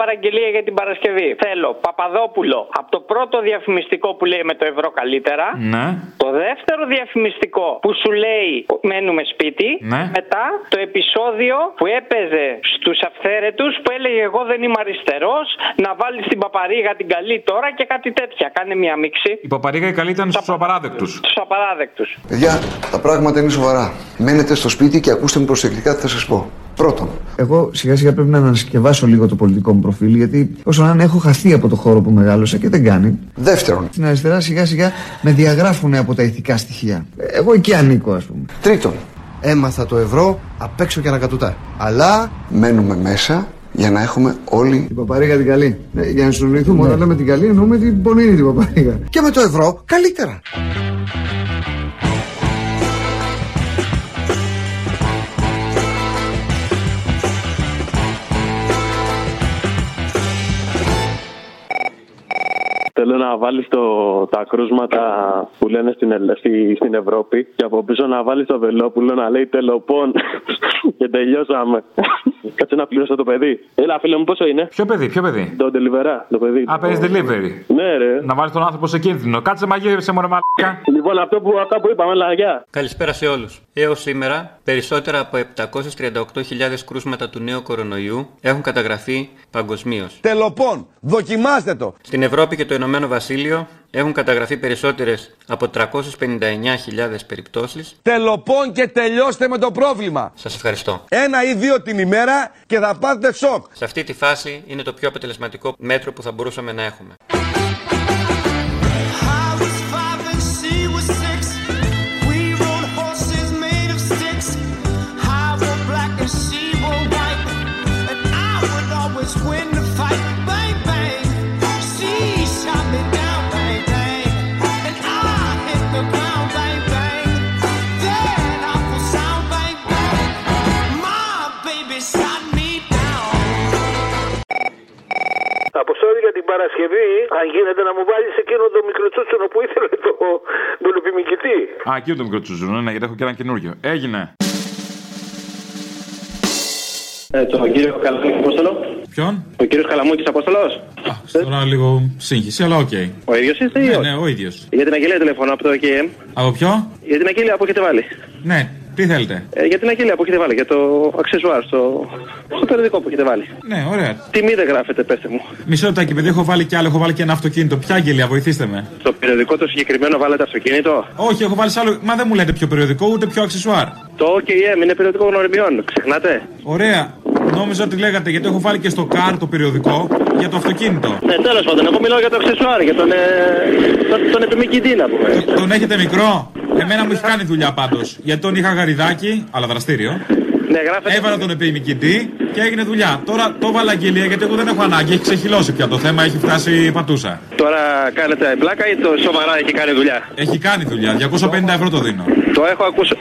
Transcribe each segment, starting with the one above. παραγγελία για την Παρασκευή. Θέλω Παπαδόπουλο από το πρώτο διαφημιστικό που λέει με το ευρώ καλύτερα. Ναι. Το δεύτερο διαφημιστικό που σου λέει μένουμε σπίτι. Ναι. Μετά το επεισόδιο που έπαιζε στους αυθαίρετους που έλεγε εγώ δεν είμαι αριστερός να βάλεις την παπαρίγα την καλή τώρα και κάτι τέτοια. Κάνε μια μίξη. Η παπαρίγα η καλή ήταν στους απαράδεκτους. Τους απαράδεκτους. Παιδιά, τα πράγματα είναι σοβαρά. Μένετε στο σπίτι και ακούστε με προσεκτικά τι θα σας πω. Πρώτον, εγώ σιγά σιγά πρέπει να ανασκευάσω λίγο το πολιτικό μου προφίλ, γιατί όσο να είναι έχω χαθεί από το χώρο που μεγάλωσα και δεν κάνει. Δεύτερον, στην αριστερά σιγά σιγά με διαγράφουν από τα ηθικά στοιχεία. Εγώ εκεί ανήκω, ας πούμε. Τρίτον, έμαθα το ευρώ απ' έξω και ανακατούτα. Αλλά μένουμε μέσα για να έχουμε όλοι. Την παπαρίγα την καλή. Ναι, για να συνοληθούμε, όταν λέμε την καλή, εννοούμε την πονηρή την παπαρίγα. Και με το ευρώ καλύτερα. Θέλω να βάλεις τα κρούσματα που λένε στην, Ελ- στη- στην Ευρώπη και από πίσω να βάλεις το Βελόπουλο να λέει τελοπών. και τελειώσαμε. Κάτσε να πληρώσω το παιδί. Έλα, φίλε μου, πόσο είναι. Ποιο παιδί, ποιο παιδί. Το τελιβερά, το παιδί. Α, παίζεις delivery. Ναι, ρε. Να βάλεις τον άνθρωπο σε κίνδυνο. Κάτσε μαγείρεψε μωρέ μαλάκα. Λοιπόν, αυτό που, αυτά που είπαμε, αλλά γεια. Καλησπέρα σε όλους. Έως σήμερα, περισσότερα από 738.000 κρούσματα του νέου κορονοϊού έχουν καταγραφεί παγκοσμίως. Τελοπών, δοκιμάστε το. Στην Ευρώπη και το Ηνωμένο Βασίλειο έχουν καταγραφεί περισσότερες από 359.000 περιπτώσεις. Τελοπών και τελειώστε με το πρόβλημα. Σας ευχαριστώ. Ένα ή δύο την ημέρα και θα πάτε σοκ. Σε αυτή τη φάση είναι το πιο αποτελεσματικό μέτρο που θα μπορούσαμε να έχουμε. I was five and she was six. We rode horses made of sticks. I wore black and she wore white. And I would always win the fight. Bang bang. She shot me down, bang bang. And I hit the ground, bang bang. That awful sound, bang bang. My baby shot me down. Αποστόλη για την Παρασκευή, αν γίνεται να μου βάλεις εκείνο το μικροτσούτσονο που ήθελε το μελοπιμικητή. Α, εκεί το μικρό τσουζούνο, ναι, γιατί έχω και ένα καινούριο. Έγινε. Ε, τον κύριο Καλαμούκης Απόστολος. Ποιον? Ο κύριος Καλαμούκης Απόστολος. Τώρα λίγο σύγχυση, αλλά οκ. Ο ίδιος είστε ή Ναι, όχι? ναι, ο ίδιος. Για την αγγελία τηλεφωνώ από το ΕΚΕΜ. Από ποιο? Για την αγγελία που έχετε βάλει. Ναι, τι θέλετε. Ε, για την αγγελία που έχετε βάλει. Για το αξεσουάρ στο, στο περιοδικό που έχετε βάλει. Ναι, ωραία. Τιμή δεν γράφετε, πετε μου. Μισό λεπτάκι, παιδί, έχω βάλει κι άλλο, έχω βάλει και ένα αυτοκίνητο. Ποια αγγελία, βοηθήστε με. Στο περιοδικό το συγκεκριμένο βάλετε αυτοκίνητο. Όχι, έχω βάλει σ' άλλο. Μα δεν μου λέτε πιο περιοδικό, ούτε πιο αξεσουάρ. Το OKM είναι περιοδικό γνωριμιών. Ξεχνάτε. Ωραία. Νόμιζα ότι λέγατε γιατί έχω βάλει και στο καρ το περιοδικό για το αυτοκίνητο. Ναι, τέλος πάντων, εγώ μιλάω για το αξεσουάρ, για τον, ε, τον, τον επιμηκητή να πούμε. Τον έχετε μικρό. Εμένα μου έχει κάνει δουλειά πάντως. Γιατί τον είχα γαριδάκι, αλλά δραστήριο. Ναι, γράφετε. Έβαλα τον επιμηκητή και έγινε δουλειά. Τώρα το έβαλα αγγελία γιατί εγώ δεν έχω ανάγκη. Έχει ξεχυλώσει πια το θέμα, έχει φτάσει η πατούσα. Τώρα κάνετε πλάκα ή το σοβαρά έχει κάνει δουλειά. Έχει κάνει δουλειά. 250 ευρώ το δίνω. Το έχω ακούσει.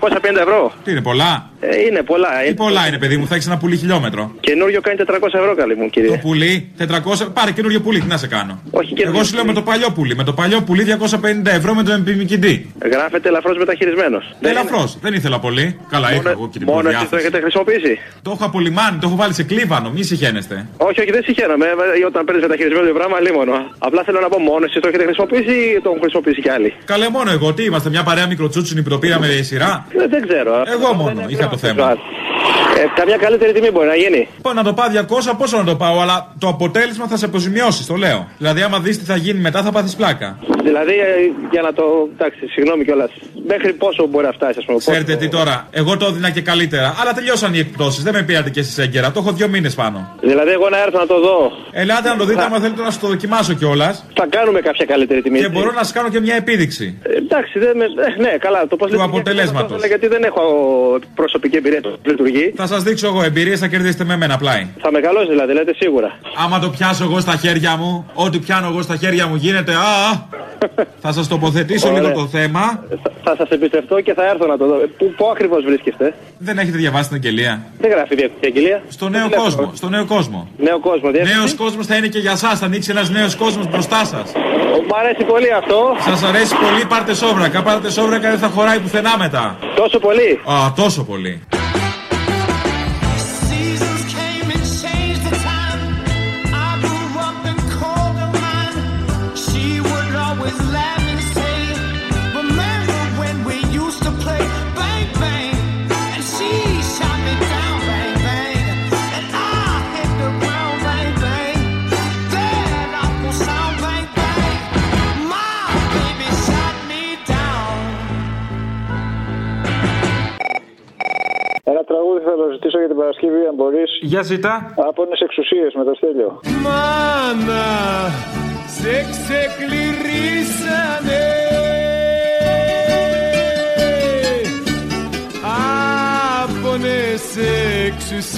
250 ευρώ. Τι είναι πολλά. Ε, είναι πολλά. Τι Ε, πολλά είναι, παιδί μου, θα έχεις ένα πουλί χιλιόμετρο. καινούριο κάνει 400 ευρώ, καλή μου Το κύριε. πουλί 400. Πάρε καινούριο πουλί, τι να σε κάνω. Όχι, και- Εγώ σου λέω με το παλιό πουλί. Με το παλιό πουλί 250 ευρώ με τον επιμηκητή. Γράφεται ελαφρώς μεταχειρισμένος. Ελαφρώ. Δεν ήθελα πολύ. Καλά, είχα εγώ και την Ναι, μόνο εσείς το προδιάθεση. έχετε χρησιμοποιήσει. Το έχω απολυμάνει, το έχω βάλει σε κλίβανο, μη συγχαίνεστε. Όχι, όχι, δεν συγχαίρομαι. ε, Όταν παίρνεις μεταχειρισμένο το πράγμα, λίμωνο. Απλά θέλω να πω μόνος εσεί το έχετε χρησιμοποιήσει ή το έχουν χρησιμοποιήσει κι άλλοι. Καλέ μόνο εγώ, τι είμαστε, μια παρέα μικροτσούτσινη που το πήραμε σειρά. Ε, δεν ξέρω. Εγώ μόνο είχα το θέμα. Ε, καμιά καλύτερη τιμή μπορεί να γίνει. Πάω να το πάω 200, πόσο να το πάω, αλλά το αποτέλεσμα θα σε αποζημιώσει, το λέω. Δηλαδή, άμα δεις τι θα γίνει μετά, θα πάθεις πλάκα. Δηλαδή, ε, για να το. Εντάξει, συγγνώμη κιόλας. Μέχρι πόσο μπορεί να φτάσει, ας πούμε. πόσο- Ξέρετε τι τώρα, εγώ το έδινα και καλύτερα. Αλλά τελειώσαν οι εκπτώσεις, δεν με πήρατε και εσείς έγκαιρα. Το έχω δύο μήνες πάνω. Δηλαδή, εγώ να έρθω να το δω. Ελάτε να το δείτε, άμα θέλετε να σου το δοκιμάσω κιόλας. Θα κάνουμε κάποια καλύτερη τιμή. Και έτσι. μπορώ να σας κάνω και μια επίδειξη. Ε, εντάξει, δεν με... ε, ναι, καλά. Το πώς αποτελέσματος. Γιατί δεν έχω προσωπική εμπειρία που λειτουργεί. Θα σας δείξω εγώ εμπειρίες, θα κερδίσετε με μένα πλάι. Θα μεγαλώσει δηλαδή, λέτε σίγουρα. Άμα το πιάσω εγώ στα χέρια μου, ό,τι πιάνω εγώ στα χέρια μου γίνεται. Α, α. θα σας τοποθετήσω λίγο Ωραία. το θέμα. Θα σας εμπιστευτώ και θα έρθω να το δω. Ε, Πού, πού ακριβώς βρίσκεστε, Δεν έχετε διαβάσει την αγγελία. Δεν γράφει διεύθυνση αγγελία. Στο νέο κόσμο. Στο νέο κόσμο. Νέο κόσμο, διεύθυνση. Νέος κόσμος θα είναι και για εσά. Θα ανοίξει ένας νέος κόσμος μπροστά σας. Ο, Μ' αρέσει πολύ αυτό. Σας αρέσει πολύ, πάρτε σόβρακα. Πάρτε σόβρακα, δεν θα χωράει πουθενά μετά. Τόσο πολύ. Α, τόσο πολύ. Seasons came and changed the time. για την Παρασκευή, αν μπορείς. Για ζητά. Από εξουσίες με το στέλιο. Μάνα, σε ξεκληρίσανε Άπονες εξουσίες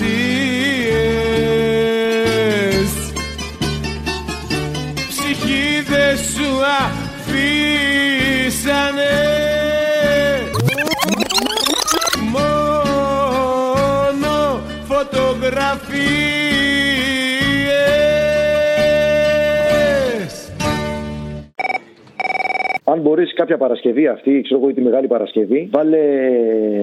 Ψυχή δε σου αφήσανε Μόνο φωτογραφίες Αν μπορεί κάποια Παρασκευή αυτή, ξέρω εγώ, ή τη Μεγάλη Παρασκευή, βάλε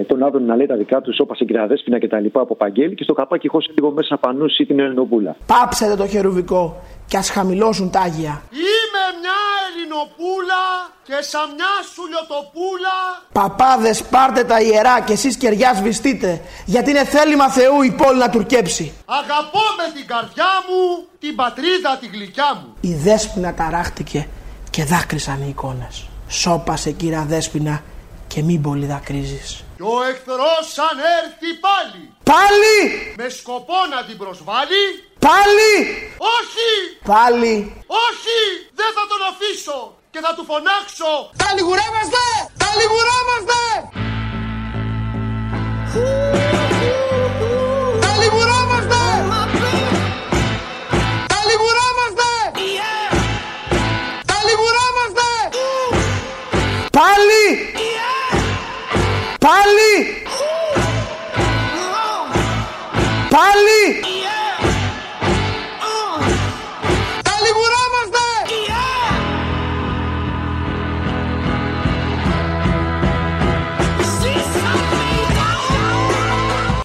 τον Άδων να λέει τα δικά τους, όπα συγκραδέσπινα και τα λοιπά από Παγγέλη και στο καπάκι χώσε λίγο μέσα πανούση την Ελληνοπούλα. Πάψετε το χερουβικό και ας χαμηλώσουν τα άγια. Είμαι μια Ελληνοπούλα και σαν μια σουλιοτοπούλα Παπάδες πάρτε τα ιερά και εσείς κεριά σβηστείτε, γιατί είναι θέλημα Θεού η πόλη να τουρκέψει. Αγαπώ με την καρδιά μου την πατρίδα τη γλυκιά μου Η Δέσποινα ταράχτηκε και δάκρυσαν οι εικόνες. Σώπασε κύρα Δέσποινα και μην πολύ δακρύζεις. Κι ο εχθρός αν έρθει πάλι Πάλι! Με σκοπό να την προσβάλλει Πάλι! Όχι! Πάλι! Όχι! Δεν θα τον αφήσω! Και θα του φωνάξω! Τα λιγουρεύαστε! Τα λιγουρεύαστε! Τα λιγουρεύαστε! Τα λιγουρεύαστε! Τα λιγουρεύαστε! Πάλι! Πάλι! Πάλι! Τα λιγουρεύαστε!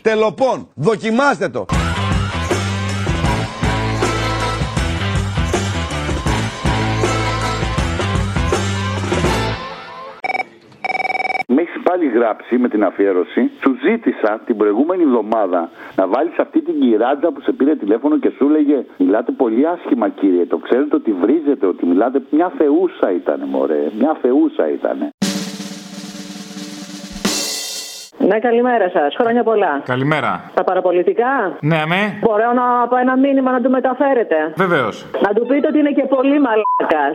Τελοπών, δοκιμάστε το. Με έχεις πάλι γράψει με την αφιέρωση. Σου ζήτησα την προηγούμενη εβδομάδα να βάλεις αυτή την κυράντζα που σε πήρε τηλέφωνο και σου λέγε Μιλάτε πολύ άσχημα, κύριε. Το ξέρετε ότι βρίζετε, ότι μιλάτε. Μια θεούσα ήταν, μωρέ. Μια θεούσα ήταν. Ναι, καλημέρα σας. Χρόνια πολλά. Καλημέρα. Τα παραπολιτικά. Ναι, με. Μπορώ να πάω ένα μήνυμα να του μεταφέρετε. Βεβαίως. Να του πείτε ότι είναι και πολύ μαλάκας.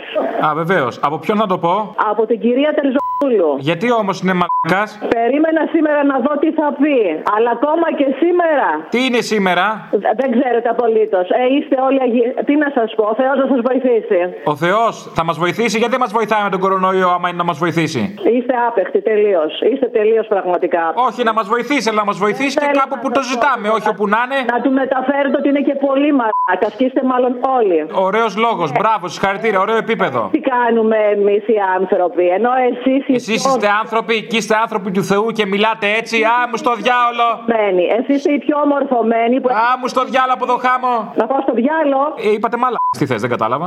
Α, βεβαίως. Από ποιον να το πω. Από την κυρία Τερζόπουλου. Γιατί όμως είναι μαλακάς. Περίμενα σήμερα να δω τι θα πει. Αλλά ακόμα και σήμερα. Τι είναι σήμερα. δε- Δεν ξέρετε απολύτως. Ε, είστε όλοι αγί... Τι να σας πω, ο Θεός να σας βοηθήσει. Ο Θεός θα μας βοηθήσει. Γιατί δεν μας βοηθάει με τον κορονοϊό, άμα είναι να μας βοηθήσει. Είστε άπεχτοι τελείως. Είστε τελείως πραγματικά. Όχι, να μας βοηθήσει, αλλά να μας βοηθήσει και κάπου που το ζητάμε, όχι όπου να είναι. Να του μεταφέρετε ότι είναι και πολύ μαλάκα. Και είστε μάλλον όλοι. Ωραίος λόγος, μπράβο, συγχαρητήρια, ωραίο επίπεδο. Τι κάνουμε εμείς οι άνθρωποι, ενώ εσείς οι Εσείς είστε άνθρωποι και είστε άνθρωποι του Θεού και μιλάτε έτσι. Α, μου στο διάολο. μορφωμένοι. Εσείς είστε οι πιο μορφωμένοι που. Α, μου στο διάλο από το χάμο. Να πάω στο διάλο. Ε, είπατε μάλα. Τι θες, δεν κατάλαβα.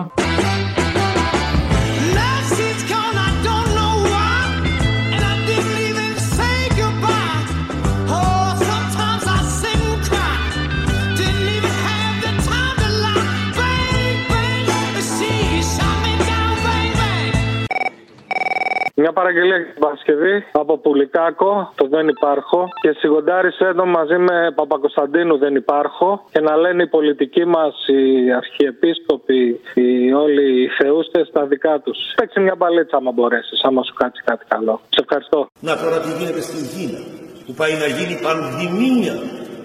She's gone, I don't know why, and I didn't even say goodbye. Oh, sometimes I sit and cry, didn't even have the time to lie. Bang bang, she shot me down. Bang bang. Μια παραγγελία για την Παρασκευή από Πουλικάκο, το Δεν Υπάρχω. Και σιγοντάρισε το μαζί με Παπακοσταντίνου Δεν Υπάρχω. Και να λένε οι πολιτικοί μας, οι αρχιεπίσκοποι, οι όλοι οι θεούστες τα δικά τους. Παίξει μια μπαλίτσα, άμα μπορέσεις, άμα σου κάτσει κάτι καλό. Σε ευχαριστώ. Να τώρα τι γίνεται στην Κίνα, που πάει να γίνει πανδημία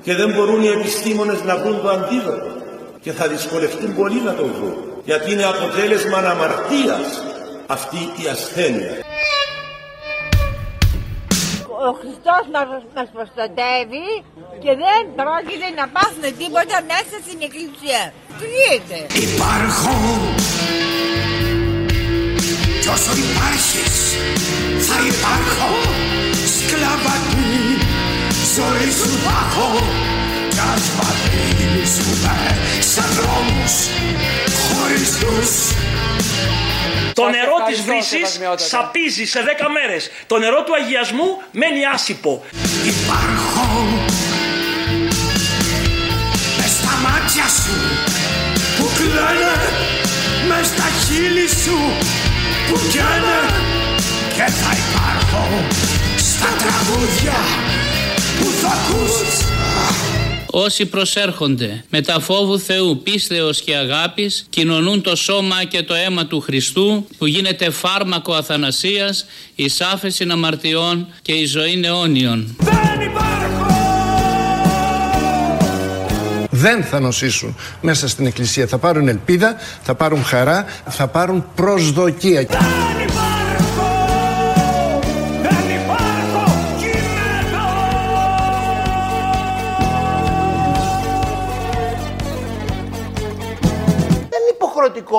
και δεν μπορούν οι επιστήμονες να βρουν το αντίδοτο και θα δυσκολευτούν πολύ να το βρουν, γιατί είναι αποτέλεσμα αναμαρτίας αυτή η ασθένεια. Ο Χριστός μας, μας προστατεύει και δεν πρόκειται να πάθουμε τίποτα μέσα στην εκκλησία. Κρύεται. Υπάρχω Κι όσο υπάρχεις θα υπάρχω Σκλαβατή ζωή σου πάχω Κι ας πατήσουμε σαν δρόμους χωριστούς Το νερό της βρύσης σαπίζει σε 10 μέρες. Το νερό του αγιασμού μένει άσυπο. Υπάρχω Μες στα μάτια σου που κλαίνε Μες στα χείλη σου που καίνε Και θα υπάρχω στα τραγούδια που θα ακούς Όσοι προσέρχονται με τα φόβου Θεού, πίστεως και αγάπης, κοινωνούν το σώμα και το αίμα του Χριστού, που γίνεται φάρμακο αθανασίας, εις άφεση αμαρτιών και η ζωή αιώνιον. δεν θα νοσήσουν μέσα στην εκκλησία. Θα πάρουν ελπίδα, θα πάρουν χαρά, θα πάρουν προσδοκία. Δεν είναι υποχρεωτικό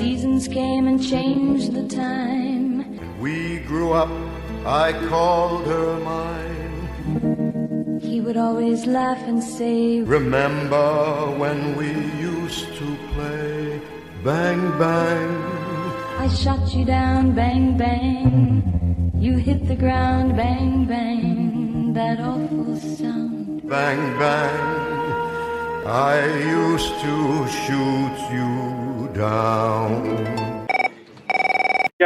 Seasons came and changed the time. We grew up, I called her mine. He would always laugh and say, Remember when we used to play, bang, bang. I shot you down, bang, bang. You hit the ground, bang, bang. That awful sound. Bang, bang, I used to shoot you down.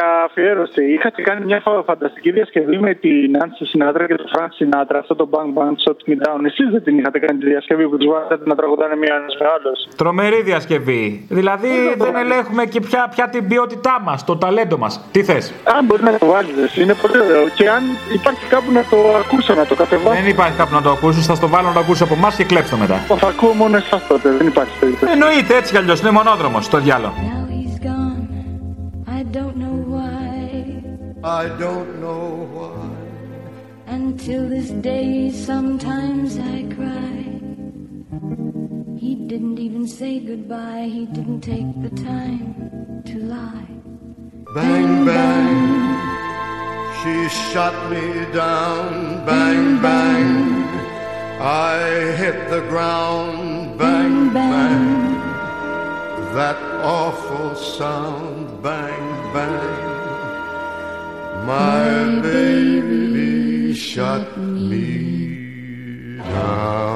για αφιέρωση. Είχατε κάνει μια φα- φανταστική διασκευή με την Nancy Sinatra και τον Frank Sinatra, αυτό το Bang Bang Shot Me Down. Εσείς δεν την είχατε κάνει τη διασκευή που τους βάζατε να τραγουδάνε μία ένας με άλλο. Τρομερή διασκευή. Δηλαδή δεν ελέγχουμε και πια, πια την ποιότητά μας, το ταλέντο μας. Τι θες. Αν μπορεί να το βάλεις, είναι πολύ ωραίο. Και αν υπάρχει κάπου να το ακούσω, να το κατεβάσω. Δεν υπάρχει κάπου να το ακούσει, θα στο βάλω να το ακούσει από εμάς και κλέψτε μετά. Θα ακούω μόνο εσάς τότε, δεν υπάρχει περίπτωση. Εννοείται έτσι κι αλλιώς, είναι μονόδρομος το διάλογο. He's gone. I don't know why. I don't know why. Until this day, sometimes I cry. He didn't even say goodbye. He didn't take the time to lie. Bang, bang, she shot me down. Bang, bang, I hit the ground. Bang, bang, that awful sound. Bang, bang, my baby shot me down.